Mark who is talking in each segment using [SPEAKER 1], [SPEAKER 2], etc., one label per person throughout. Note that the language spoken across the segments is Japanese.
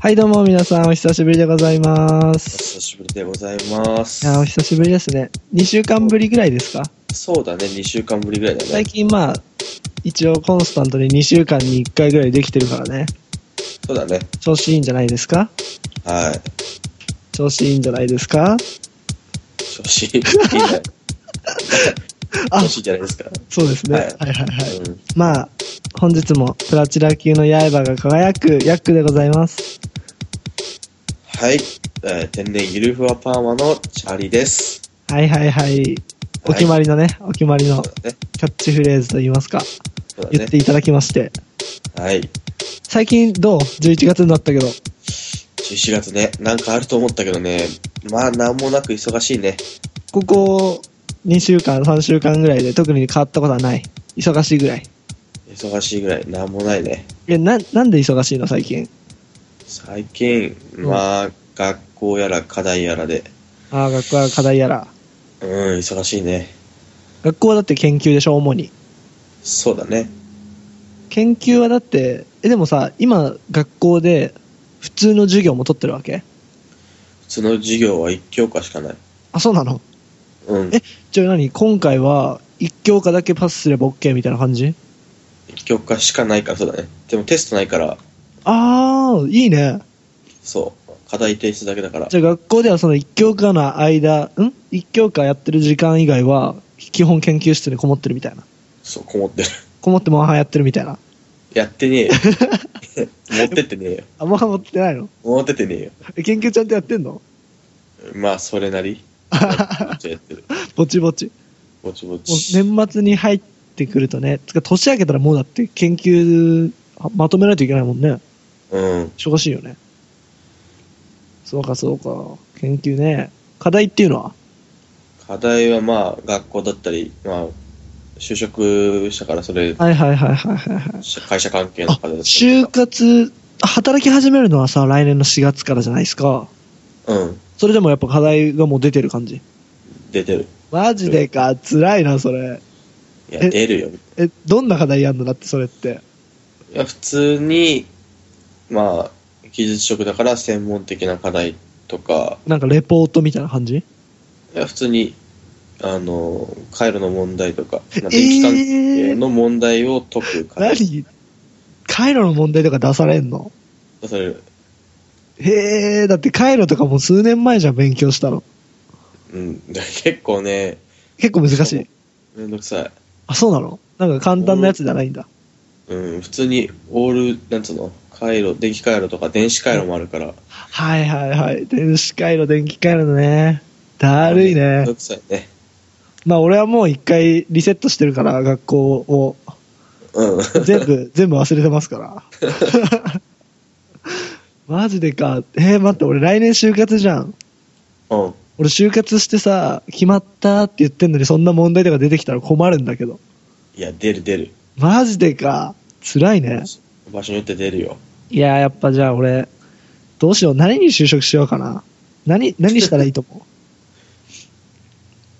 [SPEAKER 1] はい、どうも皆さん、お久しぶりでございます。
[SPEAKER 2] 久しぶりでございます
[SPEAKER 1] い。や、お久しぶりですね。2週間ぶりぐらいですか
[SPEAKER 2] そうだね、2週間ぶりぐらいだね。
[SPEAKER 1] 最近まあ、一応コンスタントに2週間に1回ぐらいできてるからね、
[SPEAKER 2] そうだね。
[SPEAKER 1] 調子いいんじゃないですか
[SPEAKER 2] はい。
[SPEAKER 1] 調子いいんじゃないですか
[SPEAKER 2] 調子いいんじゃない
[SPEAKER 1] あ
[SPEAKER 2] 調、子いいじゃないですか。
[SPEAKER 1] そうですね。は
[SPEAKER 2] はいい
[SPEAKER 1] はいはい。
[SPEAKER 2] うん。
[SPEAKER 1] まあ、本日もプラチナ級の刃が輝くヤックでございます。
[SPEAKER 2] はい。えー天然ゆるふわパーマのチャリです。
[SPEAKER 1] はいはいはい。お決まりのね、お決まりの
[SPEAKER 2] そうだね。
[SPEAKER 1] キャッチフレーズといいますか、
[SPEAKER 2] そうだ
[SPEAKER 1] 言って
[SPEAKER 2] ね。
[SPEAKER 1] いただきまして。
[SPEAKER 2] はい。
[SPEAKER 1] 最近どう ?11 月になったけど。
[SPEAKER 2] 11月ね、なんかあると思ったけどね、まあ、なんもなく忙しいね。
[SPEAKER 1] ここ2週間、3週間ぐらいで特に変わったことはない。忙しいぐらい。
[SPEAKER 2] 忙しいぐらい、なんもないね。
[SPEAKER 1] え、な、なんで忙しいの最近。
[SPEAKER 2] 最近、まあ、学校やら課題やらで、
[SPEAKER 1] ああ、学校や課題やら。
[SPEAKER 2] うん、忙しいね。
[SPEAKER 1] 学校はだって研究でしょ、主に。
[SPEAKER 2] そうだね。
[SPEAKER 1] 研究はだって、え、でもさ、今、学校で普通の授業も取ってるわけ
[SPEAKER 2] 普通の授業は1教科しかない。
[SPEAKER 1] あ、そうなの
[SPEAKER 2] うん。
[SPEAKER 1] えじゃあ何今回は1教科だけパスすれば OK みたいな感じ
[SPEAKER 2] 一教科しかないから、そうだね。でもテストないから、
[SPEAKER 1] ああ、いいね。
[SPEAKER 2] そう。課題提出だけだから
[SPEAKER 1] じ。ゃあ学校ではその1教科の間、ん ?1 教科やってる時間以外は、基本研究室にこもってるみたいな。
[SPEAKER 2] そう、こもってる。
[SPEAKER 1] こもってモンハンやってるみたいな。
[SPEAKER 2] やって ねえよ。持ってってねえよ。
[SPEAKER 1] あ、モンハン持ってないの
[SPEAKER 2] 持ってってねえよ。
[SPEAKER 1] え研究ちゃんとやってんの
[SPEAKER 2] まあ、それなり。ぼっちやってる。
[SPEAKER 1] ぼちぼち。
[SPEAKER 2] ぼちぼ
[SPEAKER 1] もう
[SPEAKER 2] ち。
[SPEAKER 1] 年末に入ってくるとね、つか年明けたらもうだって研究あまとめないといけないもんね。
[SPEAKER 2] うん。
[SPEAKER 1] 忙しいよね。そうかそうか。研究ね。課題っていうのは
[SPEAKER 2] 課題はまあ、学校だったり、まあ、就職したから、それ、
[SPEAKER 1] はいはいはいはいはいはい。
[SPEAKER 2] 会社関係の
[SPEAKER 1] あ
[SPEAKER 2] 課題だ、ったり
[SPEAKER 1] 就
[SPEAKER 2] とか。
[SPEAKER 1] 活、働き始めるのはさ、来年の4月からじゃないですか。
[SPEAKER 2] うん。
[SPEAKER 1] それでもやっぱ課題がもう出てる感じ。
[SPEAKER 2] 出てる。
[SPEAKER 1] マジでか、辛いな、それ。
[SPEAKER 2] い
[SPEAKER 1] え
[SPEAKER 2] や、出るよ。
[SPEAKER 1] え、どんな課題やんのだって、それって。
[SPEAKER 2] いや、普通に、まあ、技術職だから専門的な課題とか、
[SPEAKER 1] なんかレポートみたいな感じ
[SPEAKER 2] いや、普通に、あの、回路の問題とか、まあ電
[SPEAKER 1] えー
[SPEAKER 2] 気関係の問題を解くから、
[SPEAKER 1] 何回路の問題とか出されんの
[SPEAKER 2] それ、
[SPEAKER 1] へえ、だって回路とかもう数年前じゃん勉強したの。
[SPEAKER 2] うん、結構ね、
[SPEAKER 1] 結構難しい。
[SPEAKER 2] めんどくさい。
[SPEAKER 1] あ、そうなのなんか簡単なやつじゃないんだ。
[SPEAKER 2] うん、普通に、オール、なんつうの、回路、電気回路とか電子回路もあるから、
[SPEAKER 1] はいはいはい。電子回路、電気回路ね。だるい
[SPEAKER 2] めん
[SPEAKER 1] ね
[SPEAKER 2] ど。くさいね。
[SPEAKER 1] まあ俺はもう一回リセットしてるから、学校を。
[SPEAKER 2] うん。
[SPEAKER 1] 全部、全部忘れてますから。マジでか。えー、待って、俺来年就活じゃん。
[SPEAKER 2] うん。
[SPEAKER 1] 俺就活してさ、決まったって言ってんのにそんな問題とか出てきたら困るんだけど。
[SPEAKER 2] いや、出る出る。
[SPEAKER 1] マジでか。辛いね。
[SPEAKER 2] 場所によって出るよ。
[SPEAKER 1] いやー、やっぱじゃあ俺、どうしよう。何に就職しようかな。何、何したらいいと思 う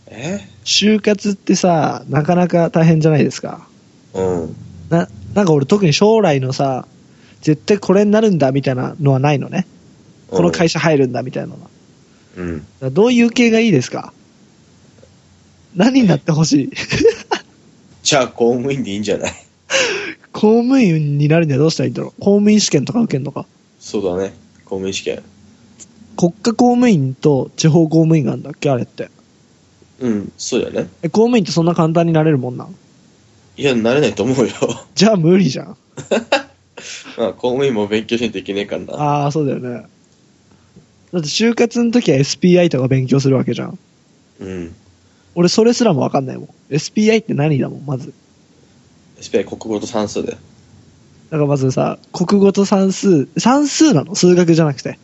[SPEAKER 2] え
[SPEAKER 1] 就活ってさ、なかなか大変じゃないですか。
[SPEAKER 2] うん。
[SPEAKER 1] な、なんか俺特に将来のさ、絶対これになるんだみたいなのはないのね。この会
[SPEAKER 2] 社。
[SPEAKER 1] 社入るんだみたいなのは。だか
[SPEAKER 2] うん。
[SPEAKER 1] らどういう系がいいですか何になってほし い
[SPEAKER 2] じゃあ、公務員でいいんじゃない
[SPEAKER 1] 公務員になるにはどうしたらいいんだろう公務員試験とか受けるのか
[SPEAKER 2] そうだね。公務員試験。
[SPEAKER 1] 国家公務員と地方公務員があるんだっけあれって。
[SPEAKER 2] うん、そうだよね。
[SPEAKER 1] え、公務員ってそんな簡単になれるもんなん
[SPEAKER 2] いや、なれないと思うよ。
[SPEAKER 1] じゃあ無理じゃん。
[SPEAKER 2] まあ、公務員も勉強しないといけねえからな。
[SPEAKER 1] ああ、そうだよね。だって就活の時は SPI とか勉強するわけじゃん。
[SPEAKER 2] うん。
[SPEAKER 1] 俺それすらもわかんないもん。SPI って何だもん、まず。
[SPEAKER 2] スペア国語と算数で。
[SPEAKER 1] だからまずさ、国語と算数、算数なの数学じゃなくて。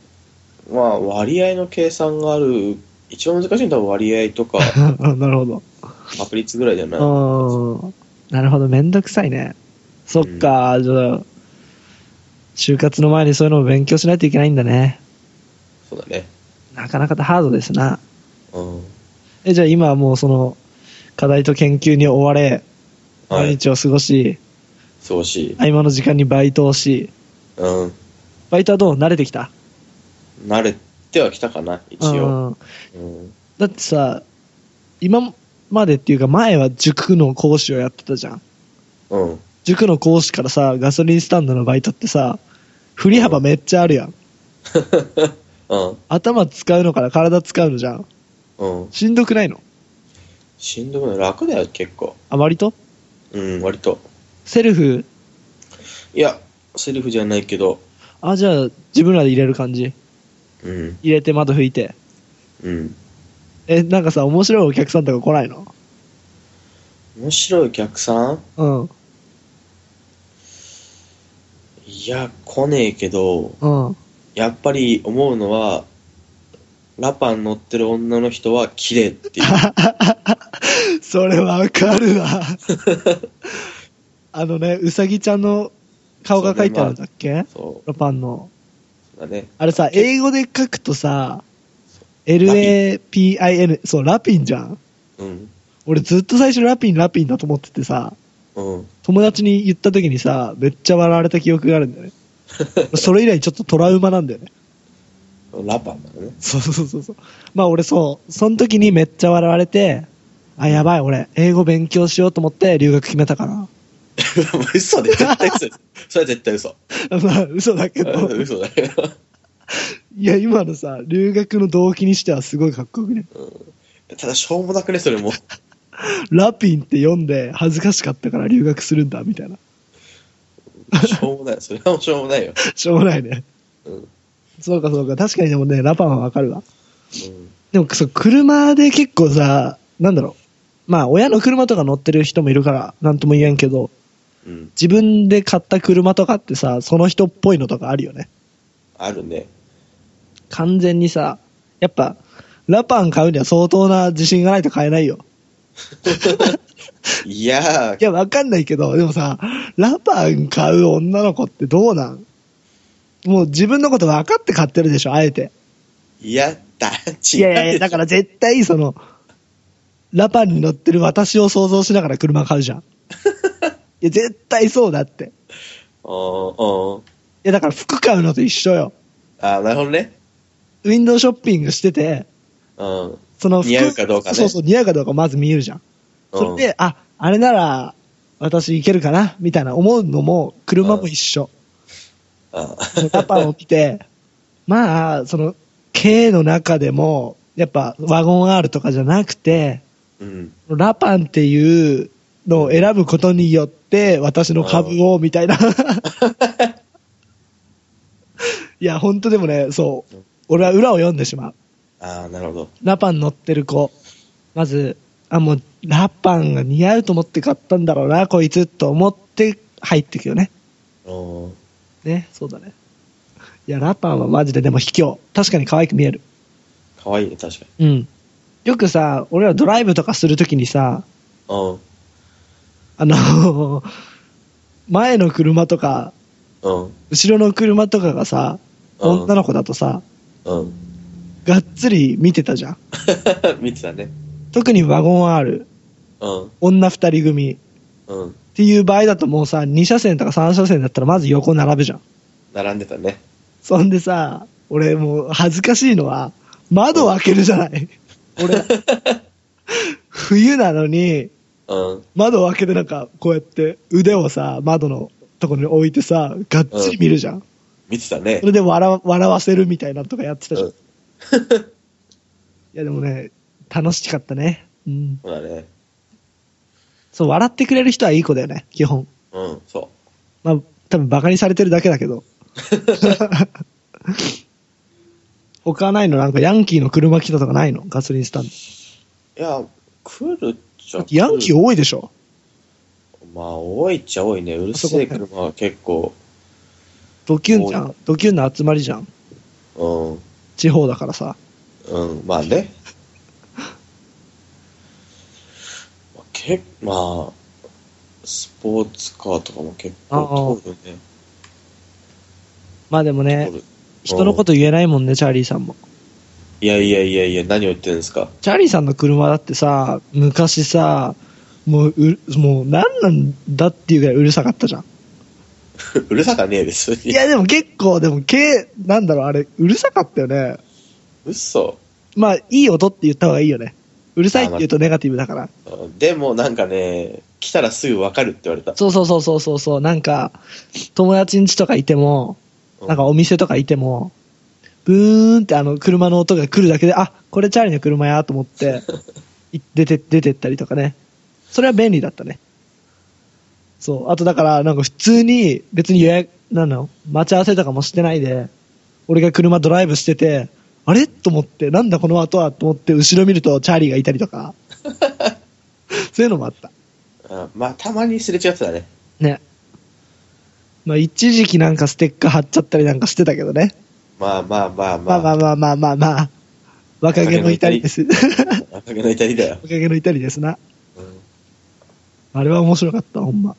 [SPEAKER 2] まあ、割合の計算がある、一番難しいのは多分割合と か、
[SPEAKER 1] なるほど。
[SPEAKER 2] 確率ぐらいじゃ
[SPEAKER 1] う
[SPEAKER 2] ない
[SPEAKER 1] ーん。なるほど、めんどくさいね。そっか、じゃあ、就活の前にそういうのを勉強しないといけないんだね。
[SPEAKER 2] そうだね。
[SPEAKER 1] なかなかハードですな。
[SPEAKER 2] うん。
[SPEAKER 1] え、じゃあ今はもうその、課題と研究に追われ、
[SPEAKER 2] は
[SPEAKER 1] 毎
[SPEAKER 2] い。
[SPEAKER 1] 日を過ごし、
[SPEAKER 2] そうしい。
[SPEAKER 1] 合間の時間にバイトをし、
[SPEAKER 2] うん。
[SPEAKER 1] バイトはどう慣れてきた
[SPEAKER 2] 慣れてはきたかな、一応。
[SPEAKER 1] うん
[SPEAKER 2] うん。
[SPEAKER 1] だってさ、今までっていうか前は塾の講師をやってたじゃん。
[SPEAKER 2] うん。
[SPEAKER 1] 塾の講師からさ、ガソリンスタンドのバイトってさ、振り幅めっちゃあるやん。
[SPEAKER 2] うん。
[SPEAKER 1] 頭使うのから体使うのじゃん。
[SPEAKER 2] うん。
[SPEAKER 1] しんどくないの
[SPEAKER 2] しんどくない。楽だよ、結構。
[SPEAKER 1] あ、割と
[SPEAKER 2] うん、割と。
[SPEAKER 1] セルフ
[SPEAKER 2] いや、セリフじゃないけど、
[SPEAKER 1] あ、じゃあ自分らで入れる感じ
[SPEAKER 2] うん、
[SPEAKER 1] 入れて窓拭いて。
[SPEAKER 2] うん。
[SPEAKER 1] え、なんかさ、面白いお客さんとか来ないの
[SPEAKER 2] 面白いお客さん
[SPEAKER 1] うん。
[SPEAKER 2] いや、来ねえけど、
[SPEAKER 1] うん。
[SPEAKER 2] やっぱり思うのは、ラパン乗ってる女の人は綺麗っていう。
[SPEAKER 1] それわかる わ。あのね、うさぎちゃんの 顔が書いてあるんだっけ
[SPEAKER 2] そ
[SPEAKER 1] ロパンの。
[SPEAKER 2] うだね。
[SPEAKER 1] あれさ、英語で書くとさ、LAPIN、そう、ラピンじゃん。
[SPEAKER 2] うん、
[SPEAKER 1] 俺ずっと最初ラピンラピンだと思っててさ、
[SPEAKER 2] うん。
[SPEAKER 1] 友達に言った時にさ、めっちゃ笑われた記憶があるんだよね。それ以来ちょっとトラウマなんだよね。
[SPEAKER 2] ラパンだね。
[SPEAKER 1] そうそうそうそう。まあ俺そう、その時にめっちゃ笑われて、あ、やばい俺、英語勉強しようと思って留学決めたから。
[SPEAKER 2] 嘘で絶対嘘です。それは絶対嘘。
[SPEAKER 1] まあ嘘だけど、
[SPEAKER 2] 嘘だよ。
[SPEAKER 1] いや今のさ、留学の動機にしてはすごいかっこよくね。
[SPEAKER 2] ただ、しょうもなくね、それも。
[SPEAKER 1] ラピンって読んで恥ずかしかったから留学するんだ、みたいな。
[SPEAKER 2] しょうもない。それはもうしょうもないよ。
[SPEAKER 1] しょうがないね。
[SPEAKER 2] うん。
[SPEAKER 1] そうかそうか。確かにでもね、ラパンはわかるわ。
[SPEAKER 2] うん。
[SPEAKER 1] でもそう、車で結構さ、なんだろう。まあ親の車とか乗ってる人もいるから、なんとも言えんけど、
[SPEAKER 2] うん。
[SPEAKER 1] 自分で買った車とかってさ、その人っぽいのとかあるよね。
[SPEAKER 2] あるね。
[SPEAKER 1] 完全にさ、やっぱ、ラパン買うには相当な自信がないと買えないよ。
[SPEAKER 2] いやー
[SPEAKER 1] い、や、わかんないけど、でもさ、ラパン買う女の子ってどうなんもう自分のこと分かって買ってるでしょ、あえて。
[SPEAKER 2] いや、だ、違う。
[SPEAKER 1] いやいやい や、だから絶対その、ラパンに乗ってる私を想像しながら車買う じゃん。いや、絶対そうだって。い
[SPEAKER 2] おーおー
[SPEAKER 1] や、だから服買うのと一緒よ。
[SPEAKER 2] あーなるほどね。
[SPEAKER 1] ウィンドウショッピングしてて、
[SPEAKER 2] うん。
[SPEAKER 1] その服
[SPEAKER 2] 似合うかどうかね
[SPEAKER 1] そうそう、似合うかどうかまず見えるじゃん。それで、あ、あれなら、私いけるかなみたいな思うのも、車も一緒。
[SPEAKER 2] うん、あー
[SPEAKER 1] ラパンを着て、まあ、その、K の中でも、やっぱ、ワゴン R とかじゃなくて、
[SPEAKER 2] うん。
[SPEAKER 1] ラパンっていうのを選ぶことによって、私の株を、みたいな。 いや、本当でもね、そう。俺は裏を読んでしまう。
[SPEAKER 2] ああ、なるほど。
[SPEAKER 1] ラパン乗ってる子。まず、あ、もう、ラパンが似合うと思って買ったんだろうな、こいつ、と思って入ってくよね。
[SPEAKER 2] おー
[SPEAKER 1] ね、そうだね。いや、ラパンはマジででも卑怯。確かに可愛く見える。
[SPEAKER 2] かわいいね、確かに。
[SPEAKER 1] うん。よくさ、俺らドライブとかするときにさ、
[SPEAKER 2] うん。
[SPEAKER 1] あの 前の車とか、
[SPEAKER 2] うん。
[SPEAKER 1] 後ろの車とかがさ、
[SPEAKER 2] うん
[SPEAKER 1] 女の子だとさ、
[SPEAKER 2] うん。
[SPEAKER 1] がっつり見てたじゃん。
[SPEAKER 2] 見てたね。
[SPEAKER 1] 特にワゴン R、
[SPEAKER 2] うん。
[SPEAKER 1] 女二人組。
[SPEAKER 2] うん。
[SPEAKER 1] っていう場合だともうさ、2車線とか3車線だったらまず横並ぶじゃん。
[SPEAKER 2] 並んでたね。
[SPEAKER 1] そんでさ、俺もう恥ずかしいのは、窓を開けるじゃない。俺、冬なのに、
[SPEAKER 2] うん。
[SPEAKER 1] 窓を開けてなんか、こうやって腕をさ、窓のところに置いてさ、がっつり見るじゃん。
[SPEAKER 2] 見てたね
[SPEAKER 1] そ。れで笑わ笑わせるみたいなのとかやってたじゃん。
[SPEAKER 2] うん
[SPEAKER 1] いやでもね、楽しかったね。うん。
[SPEAKER 2] そうだね。
[SPEAKER 1] そう、笑ってくれる人はいい子だよね、基本。
[SPEAKER 2] うん、そ
[SPEAKER 1] まあ、多分バカにされてるだけだけど。 他はないのなんかヤンキーの車来たとかないのガソリンスタンド。
[SPEAKER 2] う。いや、来るっちゃ来る。
[SPEAKER 1] ヤンキー多いでしょ
[SPEAKER 2] まあ、多いっちゃ多いね。うるせえ車は結構。
[SPEAKER 1] ドキュンじゃん。ドキュンの集まりじゃん。
[SPEAKER 2] うん。
[SPEAKER 1] 地方だからさ。
[SPEAKER 2] うん、まあね。まあけまあ、スポーツカーとかも結構通るね。
[SPEAKER 1] まあでもね
[SPEAKER 2] 通、る
[SPEAKER 1] 人のこと言えないもんね、チャーリーさんも。
[SPEAKER 2] いやいやいやいや、何を言ってるんですか。
[SPEAKER 1] チャーリーさんの車だってさ、昔さ、もう、うもう何なんだっていうぐらいうるさかったじゃん。
[SPEAKER 2] うるさかねえです。
[SPEAKER 1] いや、でも結構、でも、け、なんだろう、あれ、うるさかったよね。
[SPEAKER 2] 嘘。
[SPEAKER 1] まあ、いい音って言った方がいいよね。うるさいって言うとネガティブだから。
[SPEAKER 2] でもなんかね、来たらすぐわかるって言われた。
[SPEAKER 1] そうそうそうそうそうそう。なんか、友達ん家とかいても、なんかお店とかいても、ブーンってあの車の音が来るだけで、あ、これチャーリーの車やと思って、い出て、出てったりとかね。それは便利だったね。そう。あとだから、なんか普通に別に予約、なんなの待ち合わせとかもしてないで、俺が車ドライブしてて、あれと思って、なんだこの後はと思って、後ろ見るとチャーリーがいたりとか。そういうのもあった。
[SPEAKER 2] あまあ、たまにすれ違ってたね。
[SPEAKER 1] ね。まあ一時期なんかステッカー貼っちゃったりなんかしてたけどね。
[SPEAKER 2] まあまあまあま
[SPEAKER 1] ま
[SPEAKER 2] あ。
[SPEAKER 1] あまあまあまあまあまあ。若気の至りです。若
[SPEAKER 2] あ。赤毛の至りだよ。
[SPEAKER 1] 気の至りですな。
[SPEAKER 2] うん
[SPEAKER 1] あれは面白かった、ほんま。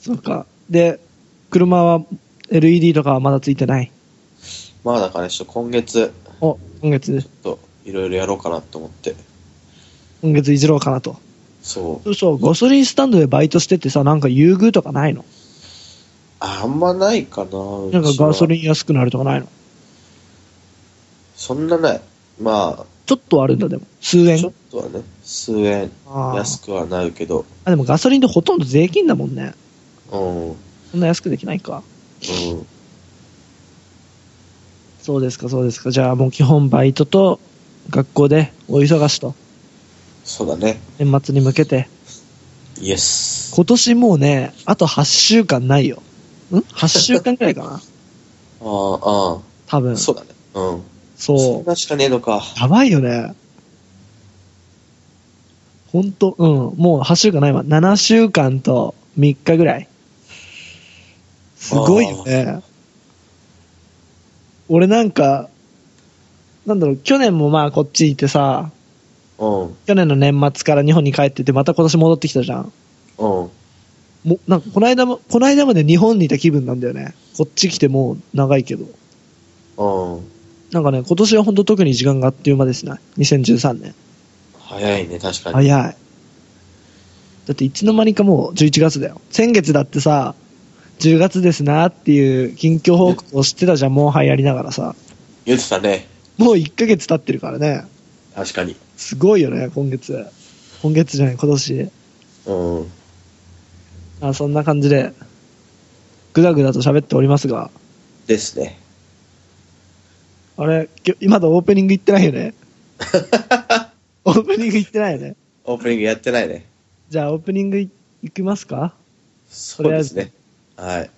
[SPEAKER 1] そうか。で、車は LED とかはまだついてない。
[SPEAKER 2] まあだからね、ちょっと今月、
[SPEAKER 1] お、今月、
[SPEAKER 2] ちょっといろいろやろうかなと思って。
[SPEAKER 1] 今月いじろうかなと。
[SPEAKER 2] そう。
[SPEAKER 1] そうそう、ガソリンスタンドでバイトしててさ、なんか優遇とかないの
[SPEAKER 2] あんまないかな。
[SPEAKER 1] なんかガソ
[SPEAKER 2] ン。
[SPEAKER 1] リン安くなるとかないの
[SPEAKER 2] そんなない。ま
[SPEAKER 1] ちょっとはあるんだ、でも。数
[SPEAKER 2] あ、ち
[SPEAKER 1] 円
[SPEAKER 2] ょっ。とはね、数円
[SPEAKER 1] あー
[SPEAKER 2] 安くはなるけど。
[SPEAKER 1] あ、でもガソリンってほとんど税金だもんね。
[SPEAKER 2] うん。うん。
[SPEAKER 1] そんな安くできないか。そうですか、そうですか。じゃあもう基本バイトと学校でお忙しと。
[SPEAKER 2] そうだね。
[SPEAKER 1] 年末に向けて。
[SPEAKER 2] イエス。
[SPEAKER 1] 今年もうね、あと8週間ないよ。ん ?8 週間くらいかな
[SPEAKER 2] ああ、あ
[SPEAKER 1] 多分。
[SPEAKER 2] あ。そうだね。うん。そ
[SPEAKER 1] そ
[SPEAKER 2] んなしかねえのか。
[SPEAKER 1] う。やばいよね。ほんと、うん。もう8週間ないわ。7週間と3日ぐらい。すごいよね。俺なんか、なんだろう、去年もまあこっち行ってさ、
[SPEAKER 2] うん。
[SPEAKER 1] 去年の年末から日本に帰ってて、また今年戻ってきたじゃん。
[SPEAKER 2] うん。
[SPEAKER 1] もうなんかこの間も、この間まで日本にいた気分なんだよね。こっち来てもう長いけど。
[SPEAKER 2] うん。
[SPEAKER 1] なんかね、今年は本当特に時間があっという間ですね。2013年。
[SPEAKER 2] 早いね、確かに。
[SPEAKER 1] 早い。だっていつの間にかもう11月だよ。先月だってさ、10月ですなっていう近況報告をしてたじゃん、もう流行りながらさ。
[SPEAKER 2] 言ってたね。
[SPEAKER 1] もう1ヶ月経ってるからね。
[SPEAKER 2] 確かに。
[SPEAKER 1] すごいよね、今月。今月じゃない、今年。
[SPEAKER 2] うん。
[SPEAKER 1] あそんな感じで、ぐだぐだと喋っておりますが、
[SPEAKER 2] ですね。
[SPEAKER 1] あれ、今日まだオープニング行ってないよね。オープニング行ってないよね。
[SPEAKER 2] オープニングやってないね。
[SPEAKER 1] じゃあオープニングい行きますか
[SPEAKER 2] そうですね。はい。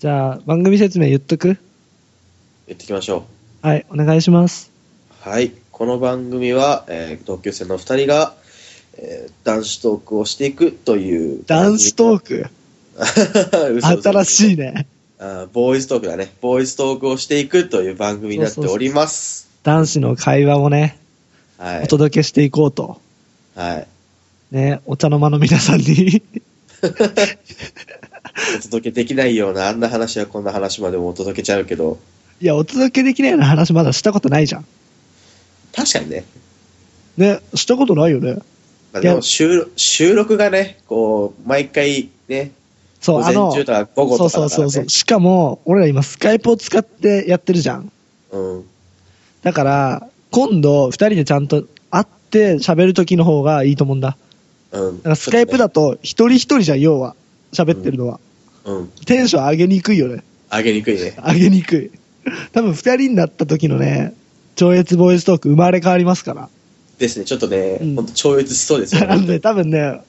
[SPEAKER 1] じゃあ番組説明言っとく
[SPEAKER 2] 言っていきましょう。
[SPEAKER 1] はい、お願いします。
[SPEAKER 2] はい。この番組は、えー同級生の二人が、えー男子トークをしていくという。
[SPEAKER 1] ダンスト ーク。
[SPEAKER 2] ー
[SPEAKER 1] 新
[SPEAKER 2] い。
[SPEAKER 1] しいね。
[SPEAKER 2] あーボーイズトークだね。ボーイズトークをしていくという番組になっております。
[SPEAKER 1] 男子の会話をね、
[SPEAKER 2] は
[SPEAKER 1] お
[SPEAKER 2] い。
[SPEAKER 1] 届けしていこうと。
[SPEAKER 2] はい。
[SPEAKER 1] ね、お茶の間の皆さんに。
[SPEAKER 2] お届けできないような、あんな話やこんな話までもお届けちゃうけど、
[SPEAKER 1] いや、お届けできないような話まだしたことないじゃん。
[SPEAKER 2] 確かにね。
[SPEAKER 1] ね、したことないよね。
[SPEAKER 2] まあ、で
[SPEAKER 1] い
[SPEAKER 2] も
[SPEAKER 1] や
[SPEAKER 2] 収録収録がね、こう、毎回ね、
[SPEAKER 1] そう、
[SPEAKER 2] 午
[SPEAKER 1] あ
[SPEAKER 2] 前
[SPEAKER 1] の、
[SPEAKER 2] 中とか午後とかだから、ね、
[SPEAKER 1] そうそうそうそう。しかも、俺ら今スカイプを使ってやってるじゃん。
[SPEAKER 2] うん。
[SPEAKER 1] だから、今度、二人でちゃんと会って喋る時の方がいいと思うんだ。
[SPEAKER 2] うん。
[SPEAKER 1] だからスカイプだと、一人一人じゃん、要は。喋ってるのは。
[SPEAKER 2] うん。
[SPEAKER 1] テンション上げにくいよね。
[SPEAKER 2] 上げにくいね。
[SPEAKER 1] 上げにくい。多分、二人になった時のね、超越ボーイストーク生まれ変わりますから。
[SPEAKER 2] ですね、ちょっとね、
[SPEAKER 1] うん
[SPEAKER 2] ほんと超越しそうですよ
[SPEAKER 1] な
[SPEAKER 2] ね。
[SPEAKER 1] んで、多分ね、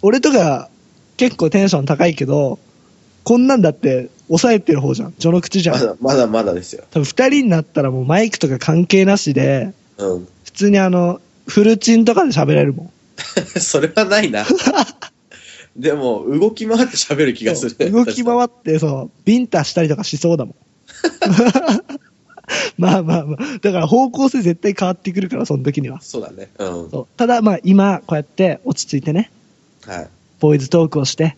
[SPEAKER 1] 俺とか、結構テンション高いけど、こんなんだって、抑えてる方じゃん。序の 口じゃ
[SPEAKER 2] ま
[SPEAKER 1] ん。
[SPEAKER 2] だまだまだですよ。
[SPEAKER 1] 多分、二人になったらもうマイクとか関係なしで、
[SPEAKER 2] うん。
[SPEAKER 1] 普通にあの、フルチンとかで喋れるもん。
[SPEAKER 2] それはな いな。でも、動き回って喋る気がする。
[SPEAKER 1] 動き回って、そう、ビンタしたりとかしそうだ もん。 まあまあまあ。だから方向性絶対変わってくるから、その時には。
[SPEAKER 2] そうだね。うん。
[SPEAKER 1] そうただまあ今、こうやって落ち着いてね、
[SPEAKER 2] はい。
[SPEAKER 1] ボーイズトークをして、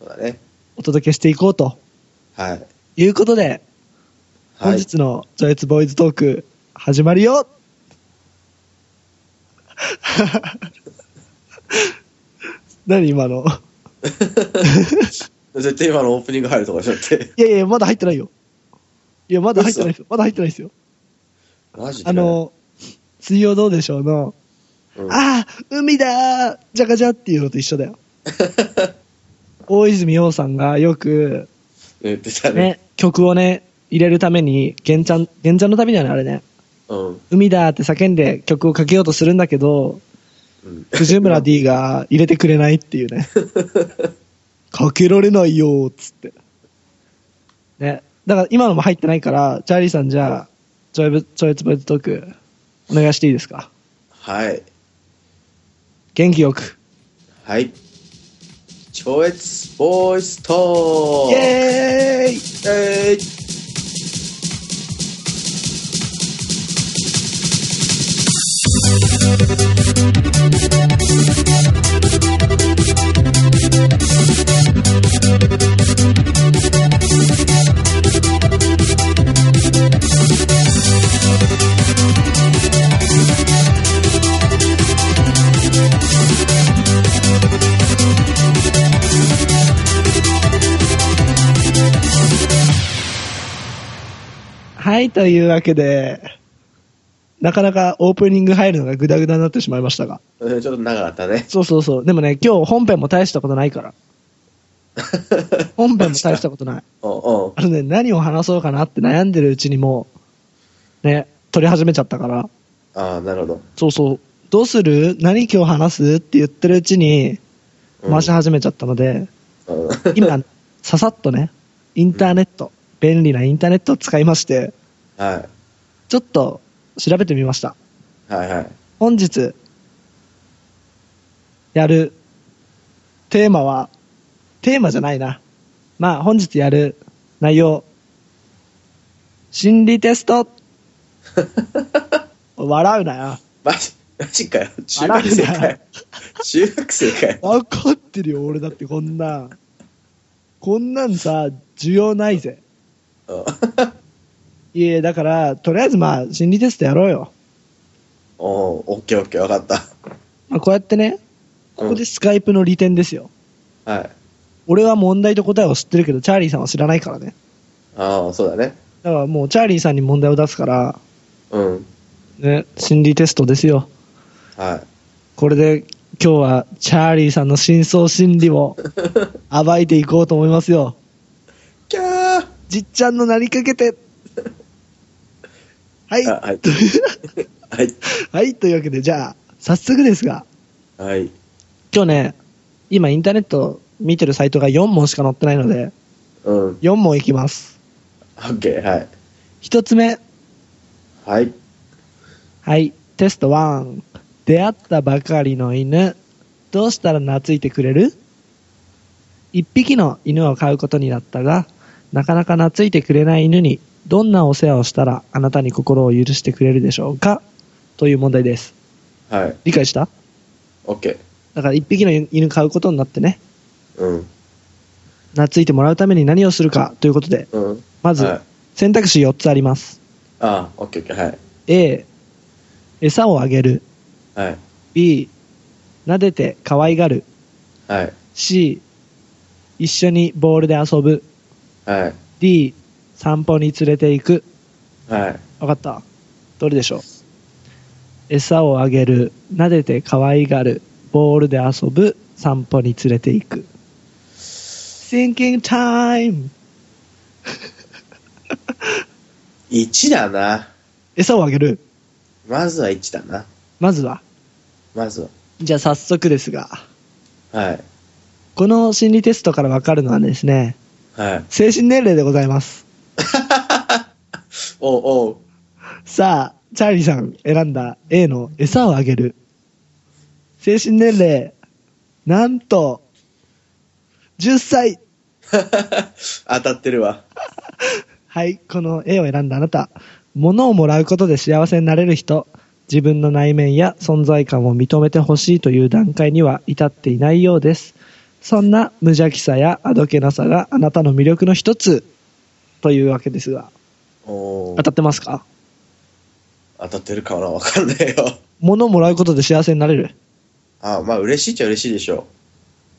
[SPEAKER 2] そうだね。
[SPEAKER 1] お届けしていこうと
[SPEAKER 2] はい。
[SPEAKER 1] いうことで、
[SPEAKER 2] は
[SPEAKER 1] 本
[SPEAKER 2] い。
[SPEAKER 1] 日の「超越ボーイズトーク」始まるよ 何今の
[SPEAKER 2] 絶対今のオープニング入るとかじゃなく て。
[SPEAKER 1] いやいや、まだ入ってないよ。いや、まだ入ってないですよ。まだ入ってないですよ。
[SPEAKER 2] マジで
[SPEAKER 1] あ、の、水曜どうでしょうの、
[SPEAKER 2] うん、
[SPEAKER 1] ああ、海だーじゃかじゃっていうのと一緒だ よ。大泉洋さんがよく、
[SPEAKER 2] 言ってたね。
[SPEAKER 1] ね、曲をね、入れるために、玄ちゃん、玄ちゃんのためにはね、あれね、
[SPEAKER 2] うん。
[SPEAKER 1] 海だーって叫んで曲をかけようとするんだけど、
[SPEAKER 2] うん。
[SPEAKER 1] 藤村 D が入れてくれないっていうね。 かけられないよーっつって。ね。だから今のも入ってないから、チャーリーさんじゃあ、ちょいぶ、ちょいつぶトーク、お願いしていいですか。
[SPEAKER 2] はい。
[SPEAKER 1] 元気よく。
[SPEAKER 2] はい。超越ボイスト
[SPEAKER 1] イ
[SPEAKER 2] ーク
[SPEAKER 1] エーイ
[SPEAKER 2] えー
[SPEAKER 1] はい、というわけで、なかなかオープニング入るのがグダグダになってしまいましたが。
[SPEAKER 2] うんちょっと長かったね。
[SPEAKER 1] そうそうそう。でもね、今日本編も大したことない から。本編も大したことない。
[SPEAKER 2] うんうん。
[SPEAKER 1] あのね、何を話そうかなって悩んでるうちにもう、ね、撮り始めちゃったから、
[SPEAKER 2] ああ、なるほど。
[SPEAKER 1] そうそう、どうする何今日話すって言ってるうちに
[SPEAKER 2] うん
[SPEAKER 1] 回し始めちゃったので、
[SPEAKER 2] うん
[SPEAKER 1] 今、ささっとね、インターネット、便利なインターネットを使いまして、
[SPEAKER 2] は
[SPEAKER 1] ちょっと調べてみました。
[SPEAKER 2] い。はいはい。
[SPEAKER 1] 本日、やる、テーマは、テーマじゃないな。まあ、本日やる内容、心理テスト。 笑うなよ。
[SPEAKER 2] マジ、マジかよ。中
[SPEAKER 1] 笑
[SPEAKER 2] 学生
[SPEAKER 1] うな
[SPEAKER 2] かよ。中学生かよ。
[SPEAKER 1] わかってるよ、俺だってこんなん。こんなんさ、需要ないぜ。
[SPEAKER 2] うん
[SPEAKER 1] いやだから、とりあえずまあ、心理テストやろうよ。
[SPEAKER 2] おうオッケーオッケー、わかった。
[SPEAKER 1] まあ、こうやってね、ここでスカイプの利点ですよ。
[SPEAKER 2] はい。
[SPEAKER 1] 俺は問題と答えを知ってるけど、チャーリーさんは知らないからね。
[SPEAKER 2] ああ、そうだね。
[SPEAKER 1] だからもう、チャーリーさんに問題を出すから、
[SPEAKER 2] うん。
[SPEAKER 1] ね、心理テストですよ。
[SPEAKER 2] は
[SPEAKER 1] これで、今日は、チャーリーさんの真相心理 を暴いていこうと思いますよ。
[SPEAKER 2] い。キャー
[SPEAKER 1] じっちゃんのなりかけて。はい。
[SPEAKER 2] あはいはい。
[SPEAKER 1] はい、というわけで、じゃあ、早速ですが、
[SPEAKER 2] はい。
[SPEAKER 1] 今日ね、今インターネット見てるサイトが4問しか載ってないので、
[SPEAKER 2] うん。オッ
[SPEAKER 1] 4問いきます。
[SPEAKER 2] ケー、はい。
[SPEAKER 1] 1つ目、
[SPEAKER 2] はい。
[SPEAKER 1] はい、テスト1。出会ったばかりの犬、どうしたら懐いてくれる ?1 匹の犬を飼うことになったが、なかなか懐いてくれない犬に、どんなお世話をしたらあなたに心を許してくれるでしょうかという問題です。
[SPEAKER 2] はい。
[SPEAKER 1] 理解した
[SPEAKER 2] オッケ
[SPEAKER 1] だから1匹の犬飼うことになってね、
[SPEAKER 2] ー。うん。
[SPEAKER 1] 懐いてもらうために何をするかということで、
[SPEAKER 2] うん。
[SPEAKER 1] まず
[SPEAKER 2] はい、
[SPEAKER 1] 選択肢4つあります。
[SPEAKER 2] ああ、オッケーオッケー、はい。
[SPEAKER 1] A、餌をあげる。
[SPEAKER 2] はい。
[SPEAKER 1] B、撫でて可愛がる。
[SPEAKER 2] はい。
[SPEAKER 1] C、一緒にボールで遊ぶ。
[SPEAKER 2] はい。
[SPEAKER 1] D、散歩に連れて行く。
[SPEAKER 2] はい。
[SPEAKER 1] わかった。どれでしょう餌をあげる。撫でて可愛がる。ボールで遊ぶ。散歩に連れて行く。Thinking time!
[SPEAKER 2] 1だな。
[SPEAKER 1] 餌をあげる。
[SPEAKER 2] まずは1だな。
[SPEAKER 1] まずは。
[SPEAKER 2] まずは。
[SPEAKER 1] じゃあ早速ですが。
[SPEAKER 2] はい。
[SPEAKER 1] この心理テストからわかるのはですね、
[SPEAKER 2] はい。
[SPEAKER 1] 精神年齢でございます。
[SPEAKER 2] おうおう。
[SPEAKER 1] さあ、チャーリーさん選んだ A の餌をあげる。精神年齢、なんと、10歳。
[SPEAKER 2] 当たってるわ。
[SPEAKER 1] はい、この A を選んだあなた。物をもらうことで幸せになれる人。自分の内面や存在感を認めてほしいという段階には至っていないようです。そんな無邪気さやあどけなさがあなたの魅力の一つ。というわけですが、
[SPEAKER 2] おお
[SPEAKER 1] 当。たってますか
[SPEAKER 2] 当たってるかなわかんないよ。
[SPEAKER 1] 物をもらうことで幸せになれる。
[SPEAKER 2] あまあ嬉しいっちゃ嬉しいでしょ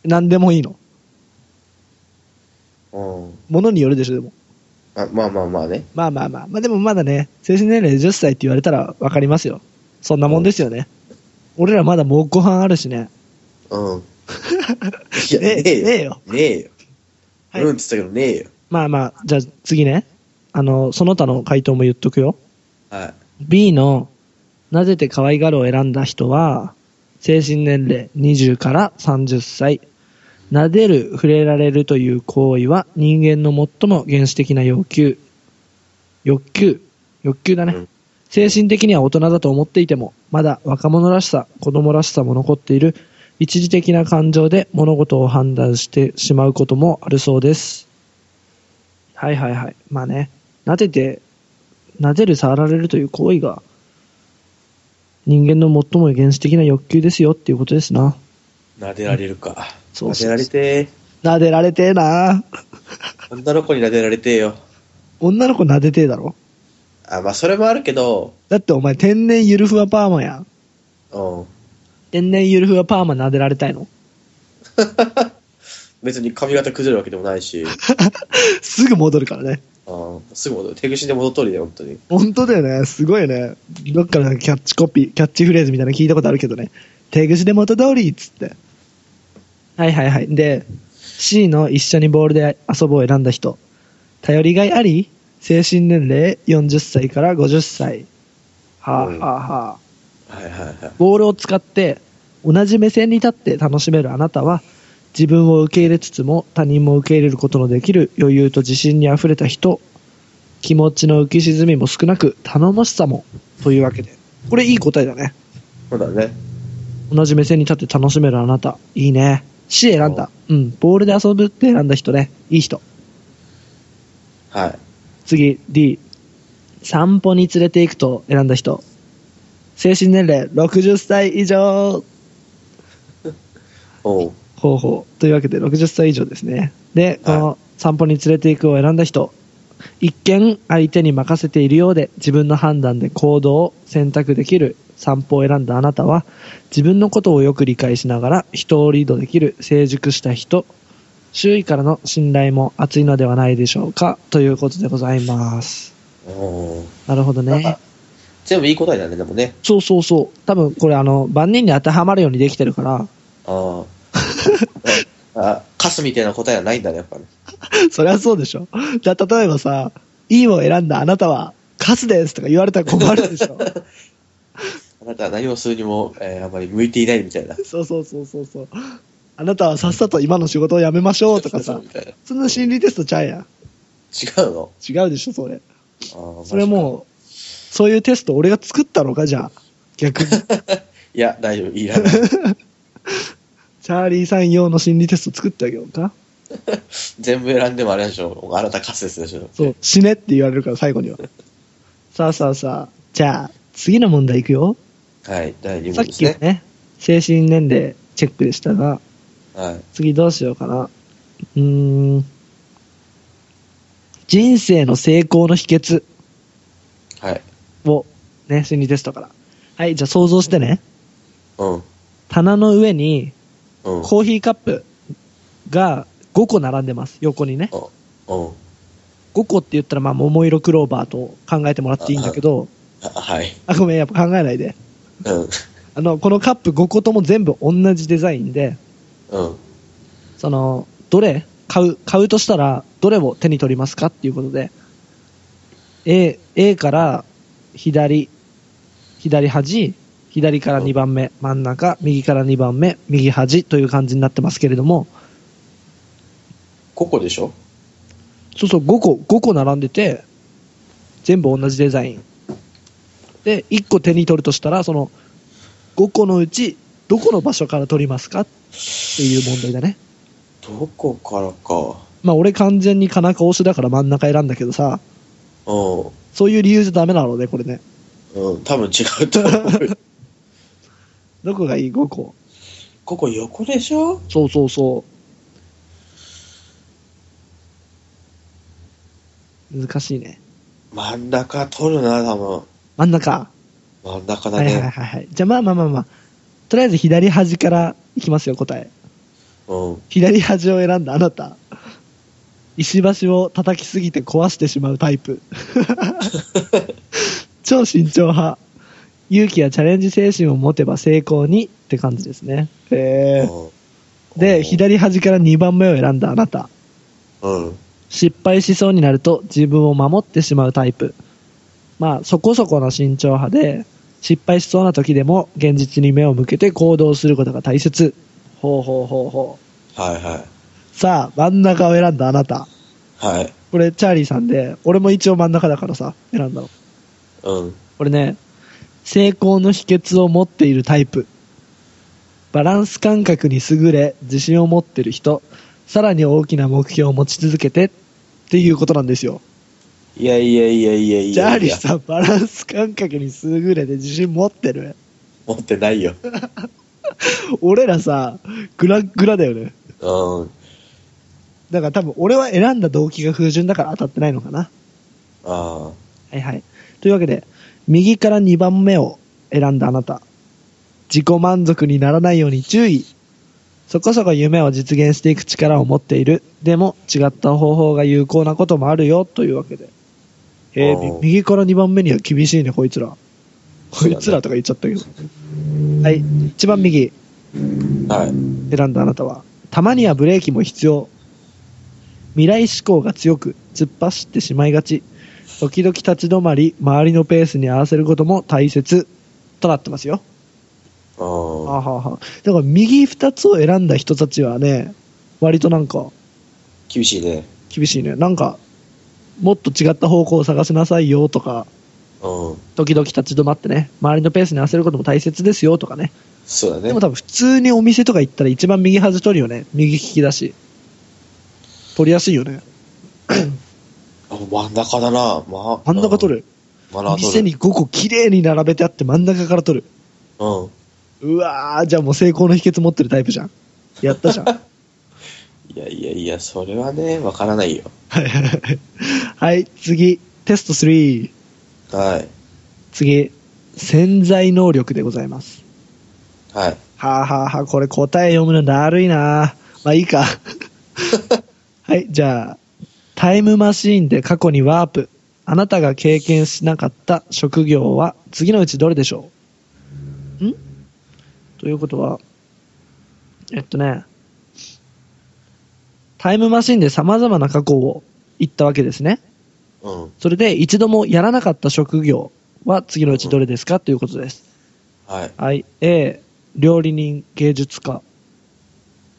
[SPEAKER 1] 何でもいいの。
[SPEAKER 2] うん。
[SPEAKER 1] ものによるでしょ、でも。
[SPEAKER 2] あ、まあまあまあね。
[SPEAKER 1] まあまあまあ。まあでもまだね、精神年齢10歳って言われたらわかりますよ。そんなもんですよね。俺らまだもうご飯あるしね。
[SPEAKER 2] うん。い
[SPEAKER 1] ね
[SPEAKER 2] や、ね
[SPEAKER 1] え、
[SPEAKER 2] えよ。
[SPEAKER 1] ねえよ。
[SPEAKER 2] ねえよ。
[SPEAKER 1] はい
[SPEAKER 2] うんって言ったけどねえよ。
[SPEAKER 1] まあまあ、じゃあ次ね。あの、その他の回答も言っとくよ。
[SPEAKER 2] はい。
[SPEAKER 1] B の、なぜて可愛がるを選んだ人は、精神年齢20から30歳。撫でる、触れられるという行為は人間の最も原始的な要求。欲求。欲求だね。
[SPEAKER 2] うん
[SPEAKER 1] 精神的には大人だと思っていても、まだ若者らしさ、子供らしさも残っている、一時的な感情で物事を判断してしまうこともあるそうです。はいはいはい。まあね、撫でて、撫でる、触られるという行為が、人間の最も原始的な欲求ですよっていうことですな。
[SPEAKER 2] 撫でられるか。
[SPEAKER 1] そうそう
[SPEAKER 2] 撫でられて
[SPEAKER 1] 撫でられてえな
[SPEAKER 2] ー。女の子に撫でられてーよ。
[SPEAKER 1] 女の子撫でてえだろ
[SPEAKER 2] あ、まあそれもあるけど、
[SPEAKER 1] だってお前天然ゆるふわパーマやん。
[SPEAKER 2] うん。
[SPEAKER 1] 天然ゆるふわパーマ撫でられたいの
[SPEAKER 2] 別に髪型崩れるわけでもないし、
[SPEAKER 1] すぐ戻るからね。
[SPEAKER 2] うん。すぐ戻る。手口で戻っとるよ、本当に。
[SPEAKER 1] 本当だよね。すごいね。どっかのキャッチコピー、キャッチフレーズみたいなの聞いたことあるけどね。手口で元通りっつって。はいはいはい。で、C の一緒にボールで遊ぼうを選んだ人。頼りがいあり精神年齢40歳から50歳。はあ、
[SPEAKER 2] うん
[SPEAKER 1] はあはあ。
[SPEAKER 2] はいはいはい。
[SPEAKER 1] ボールを使って同じ目線に立って楽しめるあなたは自分を受け入れつつも他人も受け入れることのできる余裕と自信にあふれた人気持ちの浮き沈みも少なく頼もしさもというわけでこれいい答えだね
[SPEAKER 2] そうだね。
[SPEAKER 1] 同じ目線に立って楽しめるあなたいいね C 選んだうんボールで遊ぶって選んだ人ねいい人
[SPEAKER 2] はい。
[SPEAKER 1] 次 D 散歩に連れて行くと選んだ人精神年齢60歳以上
[SPEAKER 2] おう。
[SPEAKER 1] 方法というわけで60歳以上ですねでこの散歩に連れて行くを選んだ人一見相手に任せているようで自分の判断で行動を選択できる散歩を選んだあなたは自分のことをよく理解しながら人をリードできる成熟した人周囲からの信頼も厚いのではないでしょうかということでございます
[SPEAKER 2] おう。
[SPEAKER 1] なるほど
[SPEAKER 2] なん
[SPEAKER 1] ね
[SPEAKER 2] か全部いい答えだね、でもね。
[SPEAKER 1] そうそうそう多分これあの万人に当てはまるようにできてるから
[SPEAKER 2] ああ。あ、カスみたいな答えはないんだね、やっぱね。
[SPEAKER 1] そりゃそうでしょ。だ例えばさ、いいを選んだあなたは、カスですとか言われたら困るで しょ。
[SPEAKER 2] あなたは何をするにも、えーあまり向いていないみたいな。
[SPEAKER 1] そうそうそうそうそう。あなたはさっさと今の仕事を辞めましょうとかさ
[SPEAKER 2] み、たいな。
[SPEAKER 1] そんな心理テストちゃうやん。
[SPEAKER 2] 違うの
[SPEAKER 1] 違うでしょ、それ。
[SPEAKER 2] あー マジか
[SPEAKER 1] それもう、そういうテスト俺が作ったのか、じゃあ。 逆に。
[SPEAKER 2] いや、大丈夫。いらない。
[SPEAKER 1] チャーリーさん用の心理テスト作ってあげようか。
[SPEAKER 2] 全部選んでもあれでしょ。あなたカスですでしょ。
[SPEAKER 1] そう、死ねって言われるから、最後には。さあさあさあ、じゃあ、次の問題いくよ。
[SPEAKER 2] はい。第2
[SPEAKER 1] さ
[SPEAKER 2] 問
[SPEAKER 1] っ
[SPEAKER 2] で
[SPEAKER 1] き
[SPEAKER 2] す
[SPEAKER 1] の
[SPEAKER 2] ね。
[SPEAKER 1] ね、精神年齢チェックでしたが、
[SPEAKER 2] はい。
[SPEAKER 1] 次どうしようかな。うーん。人生の成功の秘訣
[SPEAKER 2] はい。
[SPEAKER 1] を、ね、心理テストから。はい、じゃあ想像してね。
[SPEAKER 2] うん。
[SPEAKER 1] 棚の上に
[SPEAKER 2] うん。
[SPEAKER 1] コーヒーカップが5個並んでます。横にね。
[SPEAKER 2] うん。うん。
[SPEAKER 1] 5個って言ったら、まあ、桃色クローバーと考えてもらっていいんだけど、
[SPEAKER 2] あはい。
[SPEAKER 1] あ、ごめん、やっぱ考えないで。
[SPEAKER 2] うん。
[SPEAKER 1] あの、このカップ5個とも全部同じデザインで、
[SPEAKER 2] うん。
[SPEAKER 1] その、どれ買う、買うとしたら、どれを手に取りますかっていうことで、A、A から左、左端、左から2番目、真ん中、右から2番目、右端という感じになってますけれども、
[SPEAKER 2] ここでしょ
[SPEAKER 1] そうそう、5個、5個並んでて、全部同じデザイン。で、1個手に取るとしたら、その、5個のうち、どこの場所から取りますかっていう問題だね。
[SPEAKER 2] どこからか。
[SPEAKER 1] まあ、俺完全に金子推しだから真ん中選んだけどさ、
[SPEAKER 2] う
[SPEAKER 1] そういう理由じゃダメなのね、これね。
[SPEAKER 2] ん。うん。多分違うと思 う。
[SPEAKER 1] どこがいい ?5 個。
[SPEAKER 2] ここ横でしょ
[SPEAKER 1] そうそうそう。難しいね。
[SPEAKER 2] 真ん中取るな、多
[SPEAKER 1] 真ん中。
[SPEAKER 2] 分。真ん中だ
[SPEAKER 1] はいはい
[SPEAKER 2] ね。
[SPEAKER 1] はいはい。じゃあまあまあまあまあ。とりあえず左端からいきますよ、答え。
[SPEAKER 2] うん。
[SPEAKER 1] 左端を選んだあなた。石橋を叩きすぎて壊してしまうタイ プ。超慎重派。勇気やチャレンジ精神を持てば成功にって感じですね。へーで、。左端から2番目を選んだあなた。
[SPEAKER 2] うん。
[SPEAKER 1] 失敗しそうになると自分を守ってしまうタイプ。まあ、そこそこの慎重派で、失敗しそうな時でも現実に目を向けて行動することが大切。ほうほうほうほう。
[SPEAKER 2] はいはい。
[SPEAKER 1] さあ、真ん中を選んだあなた。
[SPEAKER 2] はい。
[SPEAKER 1] これ、チャーリーさんで、俺も一応真ん中だからさ、選んだの。
[SPEAKER 2] うん。
[SPEAKER 1] これね、成功の秘訣を持っているタイプ。バランス感覚に優れ、自信を持ってる人、さらに大きな目標を持ち続けて、っていうことなんですよ。
[SPEAKER 2] いやいやいやいやいや。
[SPEAKER 1] ジャーリーさん、バランス感覚に優れて自信持ってる。
[SPEAKER 2] 持ってないよ。
[SPEAKER 1] 俺らさ、グラグラだよね。
[SPEAKER 2] うん。
[SPEAKER 1] だから多分俺は選んだ動機が不純だから当たってないのかな。
[SPEAKER 2] あ
[SPEAKER 1] はいはい。というわけで、右から2番目を選んだあなた。自己満足にならないように注意。そこそこ夢を実現していく力を持っている。でも違った方法が有効なこともあるよ。というわけで。えーみ
[SPEAKER 2] おー
[SPEAKER 1] 右から2番目には厳しいね、こいつら。こいつらとか言っちゃったけど。はい。一番右
[SPEAKER 2] あ。はい。
[SPEAKER 1] 選んだあなたは、たまにはブレーキも必要。未来志向が強く、突っ走ってしまいがち。時々立ち止まり、周りのペースに合わせることも大切。となってますよ。あ
[SPEAKER 2] あ
[SPEAKER 1] はあはあだから右二つを選んだ人たちはね、割となんか
[SPEAKER 2] 厳しいね。
[SPEAKER 1] 厳しいね。なんか、もっと違った方向を探しなさいよとか、
[SPEAKER 2] うん。
[SPEAKER 1] 時々立ち止まってね、周りのペースに合わせることも大切ですよとかね。
[SPEAKER 2] そうだね。
[SPEAKER 1] でも多分普通にお店とか行ったら一番右端取るよね。右利きだし。取りやすいよね。
[SPEAKER 2] あ真ん中だな。ま、
[SPEAKER 1] 真ん中取る。
[SPEAKER 2] うん。真ん中取る。
[SPEAKER 1] 店に5個綺麗に並べてあって真ん中から取る。
[SPEAKER 2] うん。
[SPEAKER 1] うわー、じゃあもう成功の秘訣持ってるタイプじゃん。やったじ ゃん。
[SPEAKER 2] いやいやいや、それはね、わからないよ。
[SPEAKER 1] はいはいはいはい、次。テスト3。
[SPEAKER 2] はい。
[SPEAKER 1] 次。潜在能力でございます。
[SPEAKER 2] はい。
[SPEAKER 1] はあはあはあ、これ答え読むのだるいなまあいいか。はい、じゃあ、タイムマシーンで過去にワープ。あなたが経験しなかった職業は次のうちどれでしょうんということは、えっとね、タイムマシーンで様々な過去を言ったわけですね。
[SPEAKER 2] うん。
[SPEAKER 1] それで一度もやらなかった職業は次のうちどれですかということです。
[SPEAKER 2] はい。
[SPEAKER 1] はい。A、料理人、芸術家。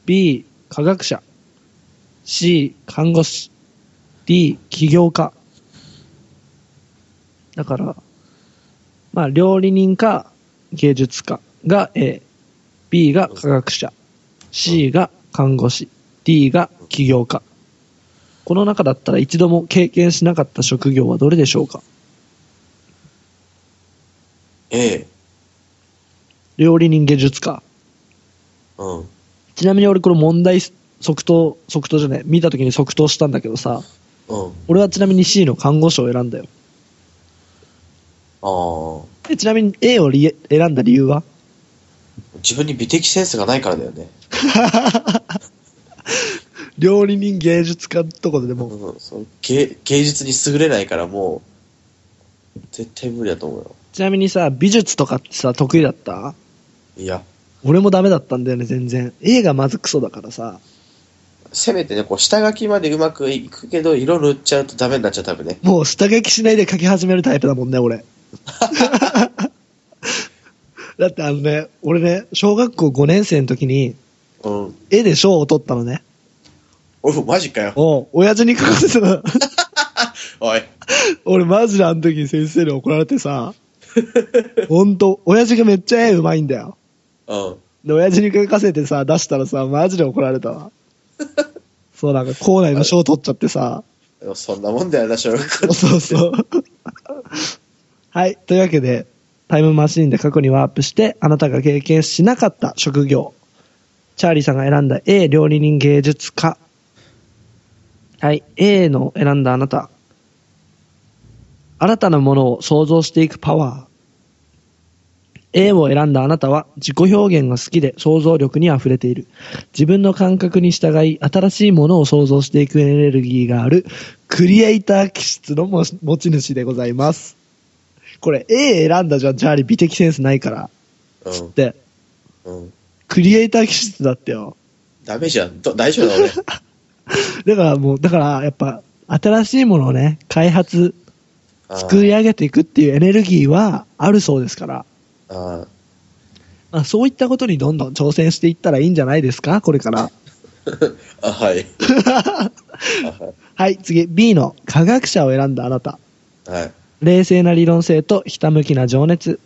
[SPEAKER 1] B、科学者。C、看護師。D、起業家。だから、まあ、料理人か芸術家が A、B が科学者、C が看護師、D が起業家。この中だったら一度も経験しなかった職業はどれでしょうか
[SPEAKER 2] A。
[SPEAKER 1] 料理人、芸術家。
[SPEAKER 2] うん。
[SPEAKER 1] ちなみに俺これ問題即答、即答じゃない、見た時に即答したんだけどさ、
[SPEAKER 2] うん。
[SPEAKER 1] 俺はちなみに C の看護師を選んだよ。
[SPEAKER 2] ああ。
[SPEAKER 1] えちなみに A をり選んだ理由は
[SPEAKER 2] 自分に美的センスがないからだよね。
[SPEAKER 1] 料理人芸術家ってとこでも、
[SPEAKER 2] うん。そう芸芸術に優れないからもう、絶対無理だと思うよ。
[SPEAKER 1] ちなみにさ、美術とかってさ、得意だった
[SPEAKER 2] いや、
[SPEAKER 1] 俺もダメだったんだよね、全然。A がまずクソだからさ、
[SPEAKER 2] せめてね、こう、下書きまでうまくいくけど、色塗っちゃうとダメになっちゃう、多分ね。
[SPEAKER 1] もう下書きしないで書き始めるタイプだもんね、 俺。だってあのね、俺ね、小学校5年生の時に、
[SPEAKER 2] うん。
[SPEAKER 1] 絵で賞を取ったのね。
[SPEAKER 2] おい、マジかよ。
[SPEAKER 1] おう親父に書かせてた。
[SPEAKER 2] おい。
[SPEAKER 1] 俺マジであの時に先生に怒られてさ、ほんと、親父がめっちゃ絵うまいんだよ。
[SPEAKER 2] うん。
[SPEAKER 1] で、親父に書かせてさ、出したらさ、マジで怒られたわ。そう、なんか校内の賞取っちゃってさ、
[SPEAKER 2] でもそんなもんだよな、小学校。
[SPEAKER 1] そうそう。はい、というわけで、タイムマシーンで過去にワープして、あなたが経験しなかった職業。チャーリーさんが選んだ A 料理人芸術家。はい、A の選んだあなた。新たなものを想像していくパワー。 A を選んだあなたは自己表現が好きで想像力に溢れている。自分の感覚に従い新しいものを想像していくエネルギーがあるクリエイター気質のも持ち主でございます。これ A 選んだじゃん、チャーリー美的センスないから。つって、
[SPEAKER 2] うん。うん。
[SPEAKER 1] クリエイター気質だってよ。
[SPEAKER 2] ダメじゃん。ど大丈夫だ 俺。
[SPEAKER 1] だからもう、だからやっぱ新しいものをね、開発、
[SPEAKER 2] あー
[SPEAKER 1] 作り上げていくっていうエネルギーはあるそうですから。
[SPEAKER 2] あ
[SPEAKER 1] まあ、そういったことにどんどん挑戦していったらいいんじゃないですかこれから。
[SPEAKER 2] ーあ、はい。あは
[SPEAKER 1] はい、次、B の科学者を選んだあなた。
[SPEAKER 2] い。はい。
[SPEAKER 1] 冷静な理論性とひたむきな情熱。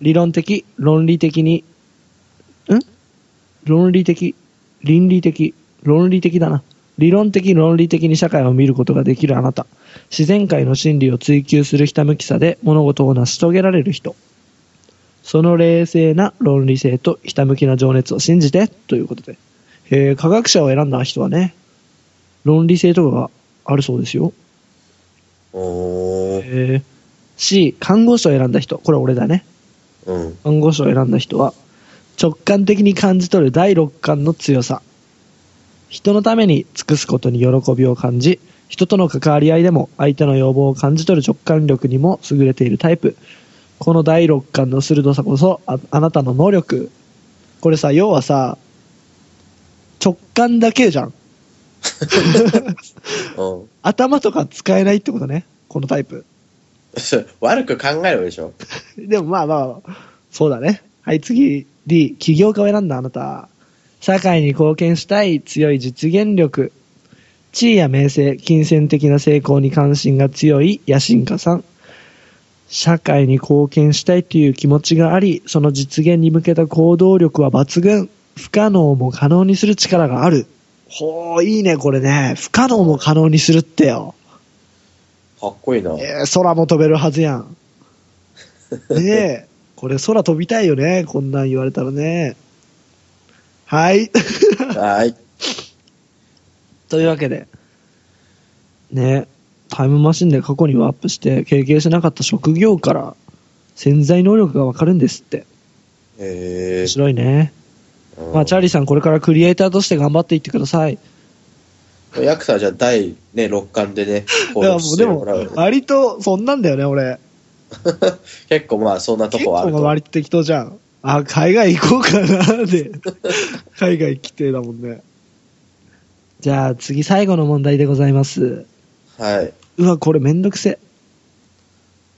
[SPEAKER 1] 理論的、論理的に、ん論理的、倫理的、論理的だな。理論的、論理的に社会を見ることができるあなた。自然界の真理を追求するひたむきさで物事を成し遂げられる人。その冷静な論理性とひたむきな情熱を信じて、ということで。えー科学者を選んだ人はね、論理性とかがあるそうですよ。
[SPEAKER 2] おー。
[SPEAKER 1] えー C、看護師を選んだ人。これ俺だね。
[SPEAKER 2] うん。
[SPEAKER 1] 看護師を選んだ人は、直感的に感じ取る第六感の強さ。人のために尽くすことに喜びを感じ、人との関わり合いでも相手の要望を感じ取る直感力にも優れているタイプ。この第六感の鋭さこそあ、あなたの能力。これさ、要はさ、直感だけじゃん。
[SPEAKER 2] うん。
[SPEAKER 1] 頭とか使えないってことね。このタイプ。
[SPEAKER 2] それ 悪く考えるでしょ
[SPEAKER 1] でもまあまあ、そうだね。はい、次、D、起業家を選んだあなた。社会に貢献したい強い実現力。地位や名声、金銭的な成功に関心が強い野心家さん。社会に貢献したいという気持ちがあり、その実現に向けた行動力は抜群。不可能も可能にする力がある。ほー、いいね、これね。不可能も可能にするってよ。
[SPEAKER 2] かっこいいな。
[SPEAKER 1] えー空も飛べるはずや ん。ねえ、これ空飛びたいよね、こんなん言われたらね。はい。
[SPEAKER 2] はい。
[SPEAKER 1] というわけで、ねタイムマシンで過去にワープして経験しなかった職業から潜在能力がわかるんですって。
[SPEAKER 2] え
[SPEAKER 1] 面
[SPEAKER 2] ー。
[SPEAKER 1] 白いね。まあ、チャーリーさんこれからクリエイターとして頑張っていってください。
[SPEAKER 2] ー。ヤクさんじゃあ第、ね、6巻でね、
[SPEAKER 1] い
[SPEAKER 2] 行
[SPEAKER 1] や
[SPEAKER 2] 動
[SPEAKER 1] もう
[SPEAKER 2] して
[SPEAKER 1] で
[SPEAKER 2] も
[SPEAKER 1] も
[SPEAKER 2] らう、。
[SPEAKER 1] 割とそんなんだよね、俺。
[SPEAKER 2] 結構まあ、そんなと
[SPEAKER 1] 結
[SPEAKER 2] こはあ
[SPEAKER 1] 構
[SPEAKER 2] ると。
[SPEAKER 1] 割と適当じゃん。あ、海外行こうかな、 で。海外来てだもんね。じゃあ次最後の問題でございます。
[SPEAKER 2] はい。
[SPEAKER 1] うわ、これめんどくせ。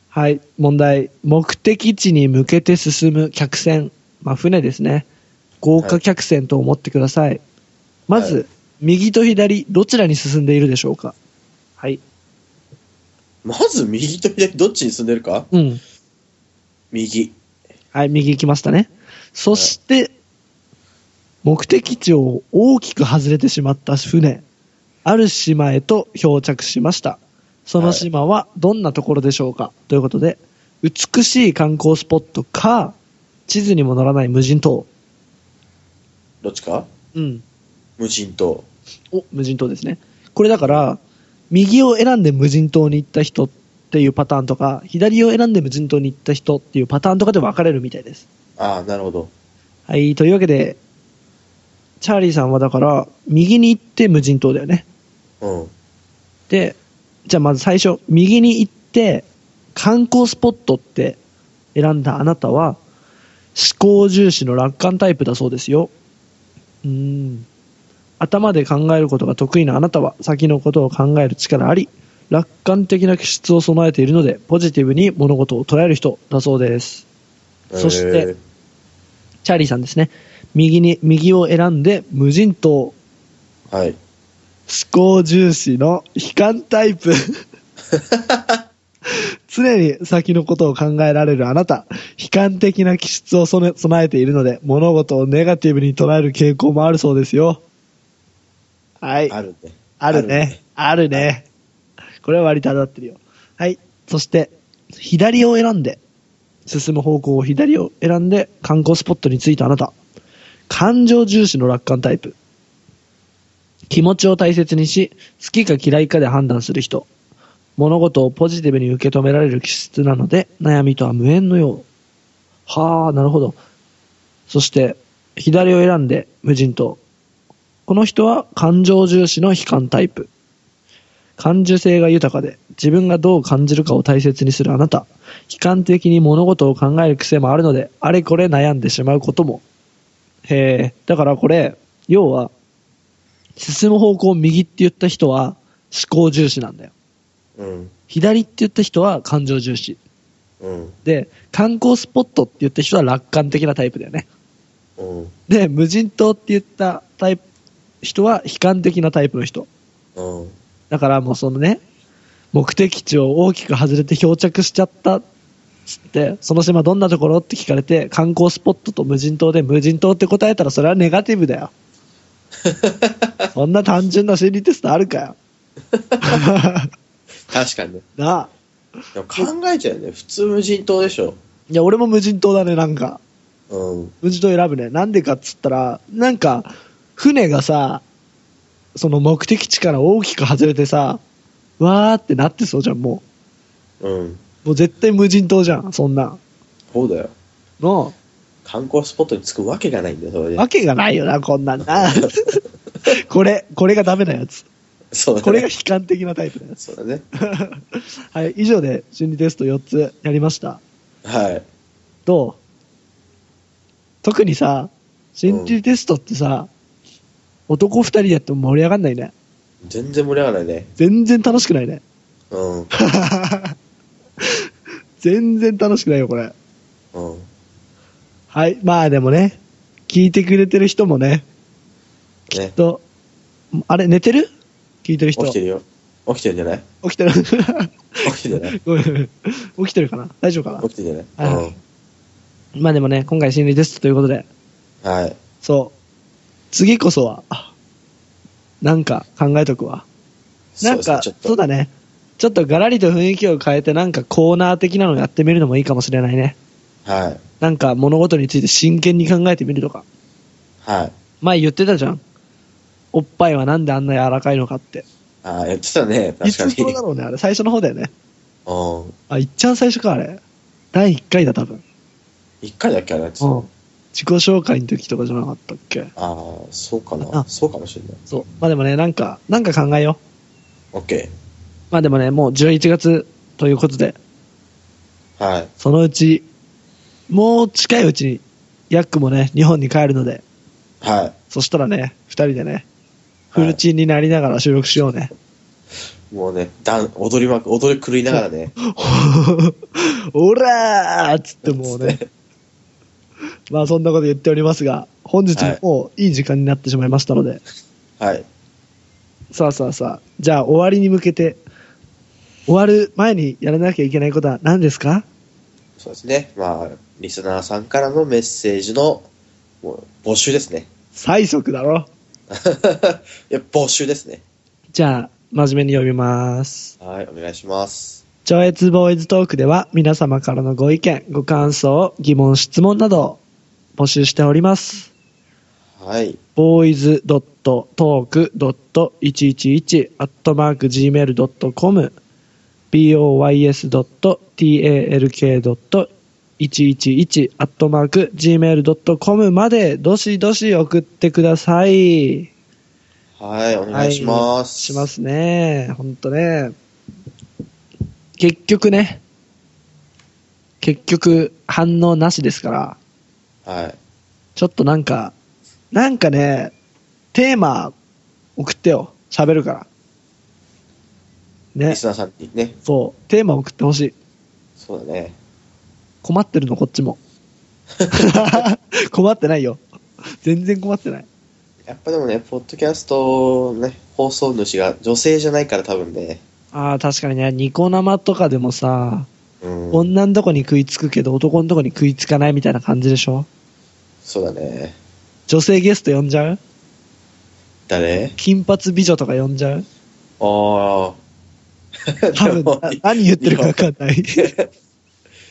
[SPEAKER 1] はい、問題。目的地に向けて進む客船。まあ船ですね。豪華客船と思ってください。まず、
[SPEAKER 2] は
[SPEAKER 1] 右と左、どちらに進んでいるでしょうかはい。
[SPEAKER 2] まず右と左、どっちに進んでるか
[SPEAKER 1] うん。
[SPEAKER 2] 右。
[SPEAKER 1] はい、右行きましたね。そして、目的地を大きく外れてしまった船、ある島へと漂着しました。その島はどんなところでしょうか、ということで、美しい観光スポットか、地図にも載らない無人島。
[SPEAKER 2] どっちか
[SPEAKER 1] うん。
[SPEAKER 2] 無人島。
[SPEAKER 1] お、無人島ですね。これだから、右を選んで無人島に行った人っていうパターンとか、左を選んで無人島に行った人っていうパターンとかで分かれるみたいです。
[SPEAKER 2] ああ、なるほど。
[SPEAKER 1] はい、というわけで、チャーリーさんはだから、右に行って無人島だよね。
[SPEAKER 2] うん。
[SPEAKER 1] で、じゃあまず最初、右に行って、観光スポットって選んだあなたは、思考重視の楽観タイプだそうですよ。うーん。頭で考えることが得意なあなたは、先のことを考える力あり、楽観的な気質を備えているので、ポジティブに物事を捉える人だそうです。そしてチャーリーさんですね。右に、右を選んで無人島。
[SPEAKER 2] えー、はい。
[SPEAKER 1] 思考重視の悲観タイプ。常に先のことを考えられるあなた、悲観的な気質を備え備えているので、物事をネガティブに捉える傾向もあるそうですよ。はい。
[SPEAKER 2] あるね。
[SPEAKER 1] あるね。。あるね。これは割と当たってるよ。はい。そして、左を選んで、進む方向を左を選んで、観光スポットに着いたあなた。感情重視の楽観タイプ。気持ちを大切にし、好きか嫌いかで判断する人。物事をポジティブに受け止められる気質なので、悩みとは無縁のよう。はあ、なるほど。そして、左を選んで無人島。この人は感情重視の悲観タイプ。感受性が豊かで、自分がどう感じるかを大切にするあなた。悲観的に物事を考える癖もあるので、あれこれ悩んでしまうことも。へえ、だからこれ、要は、進む方向を右って言った人は思考重視なんだよ。
[SPEAKER 2] うん。
[SPEAKER 1] 左って言った人は感情重視。
[SPEAKER 2] うん。
[SPEAKER 1] で、観光スポットって言った人は楽観的なタイプだよね。
[SPEAKER 2] うん。
[SPEAKER 1] で、無人島って言ったタイプ、人は悲観的なタイプの人。
[SPEAKER 2] うん。
[SPEAKER 1] だからもうそのね、目的地を大きく外れて漂着しちゃったっつって、その島どんなところって聞かれて、観光スポットと無人島で無人島って答えたらそれはネガティブだよ。そんな単純な心理テストあるかよ。
[SPEAKER 2] 確かにね。
[SPEAKER 1] なあ。
[SPEAKER 2] でも考えちゃうよね。普通無人島でしょ。
[SPEAKER 1] いや、俺も無人島だね、なんか。
[SPEAKER 2] うん。
[SPEAKER 1] 無人島選ぶね。なんでかっつったら、なんか、船がさ、その目的地から大きく外れてさ、わーってなってそうじゃん、も
[SPEAKER 2] うん。
[SPEAKER 1] う。もう絶対無人島じゃん、そんなん。
[SPEAKER 2] そうだよ。
[SPEAKER 1] の、
[SPEAKER 2] 観光スポットに着くわけがないんだよ、それで
[SPEAKER 1] わ。けがないよな、こんなんな。 これ、これがダメなやつ。
[SPEAKER 2] そうだね。
[SPEAKER 1] これが悲観的なタイプのやつ。
[SPEAKER 2] そうだね。
[SPEAKER 1] はい、以上で心理テスト4つやりました。
[SPEAKER 2] はい。
[SPEAKER 1] どう特にさ、心理テストってさ、男2人でやっても盛り上がんないね。
[SPEAKER 2] 全然盛り上がらないね。
[SPEAKER 1] 全然楽しくないね。
[SPEAKER 2] うん。
[SPEAKER 1] 全然楽しくないよ、これ。
[SPEAKER 2] うん。
[SPEAKER 1] はい。まあでもね、聞いてくれてる人もね、
[SPEAKER 2] ね。
[SPEAKER 1] と、あれ、寝てる聞いてる人。
[SPEAKER 2] 起きてるよ。起きてるんじゃない
[SPEAKER 1] 起きてる。
[SPEAKER 2] 起きてるんじ ゃない
[SPEAKER 1] ごめんごめん起きてるかな大丈夫かな
[SPEAKER 2] 起きてるんじゃない
[SPEAKER 1] はまあでもね、今回心理テストということで、
[SPEAKER 2] うん。はい。
[SPEAKER 1] そう。次こそは、なんか考えとくわ。なん
[SPEAKER 2] そう
[SPEAKER 1] か、
[SPEAKER 2] ですねちょっと
[SPEAKER 1] そうだね。ちょっとガラリと雰囲気を変えて、なんかコーナー的なのやってみるのもいいかもしれないね。
[SPEAKER 2] はい。
[SPEAKER 1] なんか物事について真剣に考えてみるとか。
[SPEAKER 2] はい。
[SPEAKER 1] 前言ってたじゃん。おっぱいはなんであんな柔らかいのかって。
[SPEAKER 2] ああ、言ってたね。
[SPEAKER 1] い
[SPEAKER 2] 確か
[SPEAKER 1] つ
[SPEAKER 2] に。
[SPEAKER 1] 頃だろうね、あれ。最初の方だよね。
[SPEAKER 2] うん。
[SPEAKER 1] あ、いっちゃん最初か、あれ。第1回だ、多分。
[SPEAKER 2] 一回だけあれやつ。
[SPEAKER 1] う
[SPEAKER 2] あ
[SPEAKER 1] ん自己紹介の時とかじゃなかったっけ。
[SPEAKER 2] あー、そうか
[SPEAKER 1] あ
[SPEAKER 2] な。そうかもしれない。
[SPEAKER 1] そう。まあでもね、なんか、なんか考えよ
[SPEAKER 2] オッ
[SPEAKER 1] う。
[SPEAKER 2] ケ
[SPEAKER 1] まあでもね、もう11月ということで、
[SPEAKER 2] ー。はい。
[SPEAKER 1] そのうち、もう近いうちに、ヤックもね、日本に帰るので、
[SPEAKER 2] はい。
[SPEAKER 1] そしたらね、2人でね、フルチンになりながら収録しようね。
[SPEAKER 2] もうね、ダン、踊りまく、踊り狂いながらね。
[SPEAKER 1] オラーっつってもうね。まあそんなこと言っておりますが、本日ももういい時間になってしまいましたので、
[SPEAKER 2] はい。
[SPEAKER 1] さあさあさあ、じゃあ終わりに向けて、終わる前にやらなきゃいけないことは何ですか
[SPEAKER 2] そうですね。まあ、リスナーさんからのメッセージの、もう、募集ですね。
[SPEAKER 1] 最速だろ。
[SPEAKER 2] いや、募集ですね。
[SPEAKER 1] じゃあ、真面目に読みます。
[SPEAKER 2] はい、お願いします。
[SPEAKER 1] 超越ボーイズトークでは皆様からのご意見、ご感想、疑問、質問などを募集しております。
[SPEAKER 2] はい。
[SPEAKER 1] boys.talk.111.gmail.com boys.talk.111.gmail.com までどしどし送ってください。
[SPEAKER 2] はい、お願いします。
[SPEAKER 1] しますね。ほんとね。結局ね、結局反応なしですから、
[SPEAKER 2] はい。
[SPEAKER 1] ちょっとなんか、なんかね、テーマ送ってよ。喋るから。ね
[SPEAKER 2] リス。ナーさんにね。
[SPEAKER 1] そう。テーマ送ってほしい。
[SPEAKER 2] そうだね。
[SPEAKER 1] 困ってるの、こっちも。困ってないよ。全然困ってない。
[SPEAKER 2] やっぱでもね、ポッドキャストのね、放送主が女性じゃないから多分ね。
[SPEAKER 1] ああ、確かにね、ニコ生とかでもさ、
[SPEAKER 2] うん。
[SPEAKER 1] 女のとこに食いつくけど男のとこに食いつかないみたいな感じでしょ
[SPEAKER 2] そうだね。
[SPEAKER 1] 女性ゲスト呼んじゃう
[SPEAKER 2] 誰
[SPEAKER 1] 金髪美女とか呼んじゃう
[SPEAKER 2] あ あ。
[SPEAKER 1] 多分 な何言ってるか分かんない。い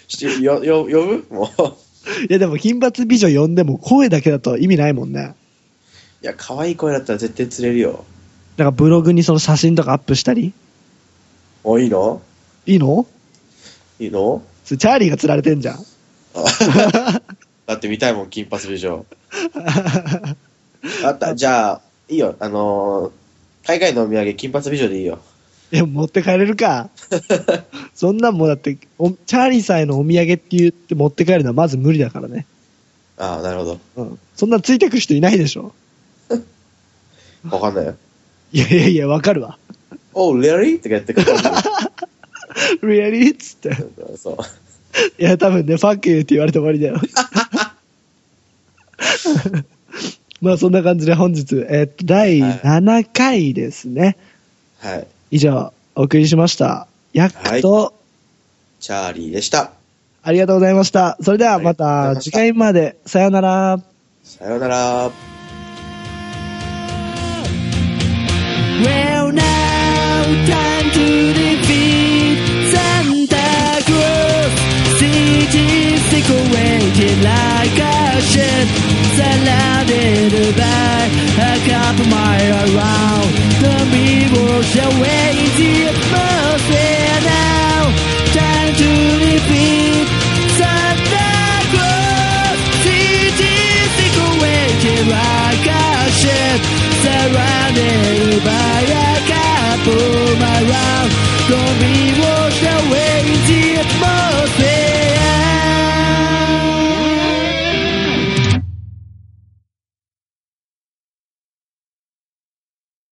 [SPEAKER 2] しよ、よ、呼ぶもう。
[SPEAKER 1] やでも金髪美女呼んでも声だけだと意味ないもんね。
[SPEAKER 2] いや、可愛い声だったら絶対釣れるよ。
[SPEAKER 1] だからブログにその写真とかアップしたり。
[SPEAKER 2] お、いいの
[SPEAKER 1] いいの
[SPEAKER 2] いいの
[SPEAKER 1] それチャーリーが釣られてんじゃん。
[SPEAKER 2] だって見たいもん、金髪美女。あった、じゃあ、いいよ、あのー海外のお土産、金髪美女でいいよ。
[SPEAKER 3] でも持って帰れるか。そんなんもうだって、おチャーリーさんへのお土産って言って持って帰るのはまず無理だからね。
[SPEAKER 2] ああ、なるほど。
[SPEAKER 3] うん。そんなんついてく人いないでしょ。
[SPEAKER 2] わかんないよ。
[SPEAKER 3] いやいやいや、わかる わ。
[SPEAKER 2] おう、レアリーとかやってくる。
[SPEAKER 3] リアリーっつって。
[SPEAKER 2] そう。
[SPEAKER 3] いや、多分ね、ファックユーって言われて終わりだ よ。まあ、そんな感じで本日、えっと、第7回ですね。
[SPEAKER 2] はい。
[SPEAKER 3] 以上、お送りしました。ヤックと、
[SPEAKER 2] チャーリーでした。
[SPEAKER 3] ありがとうございました。それではま
[SPEAKER 2] ありがとうござい
[SPEAKER 3] た
[SPEAKER 2] まし
[SPEAKER 3] 次
[SPEAKER 2] た
[SPEAKER 3] 回まで。さようなら。
[SPEAKER 2] さようなら。
[SPEAKER 1] Well now, time to defeat Santa Claus. CG's decorated like a ship, surrounded by a couple mile around. The people shall wait till mercy now. Time to defeat Santa Claus. CG's decorated like a ship, surrounded by a couple around. Gonna be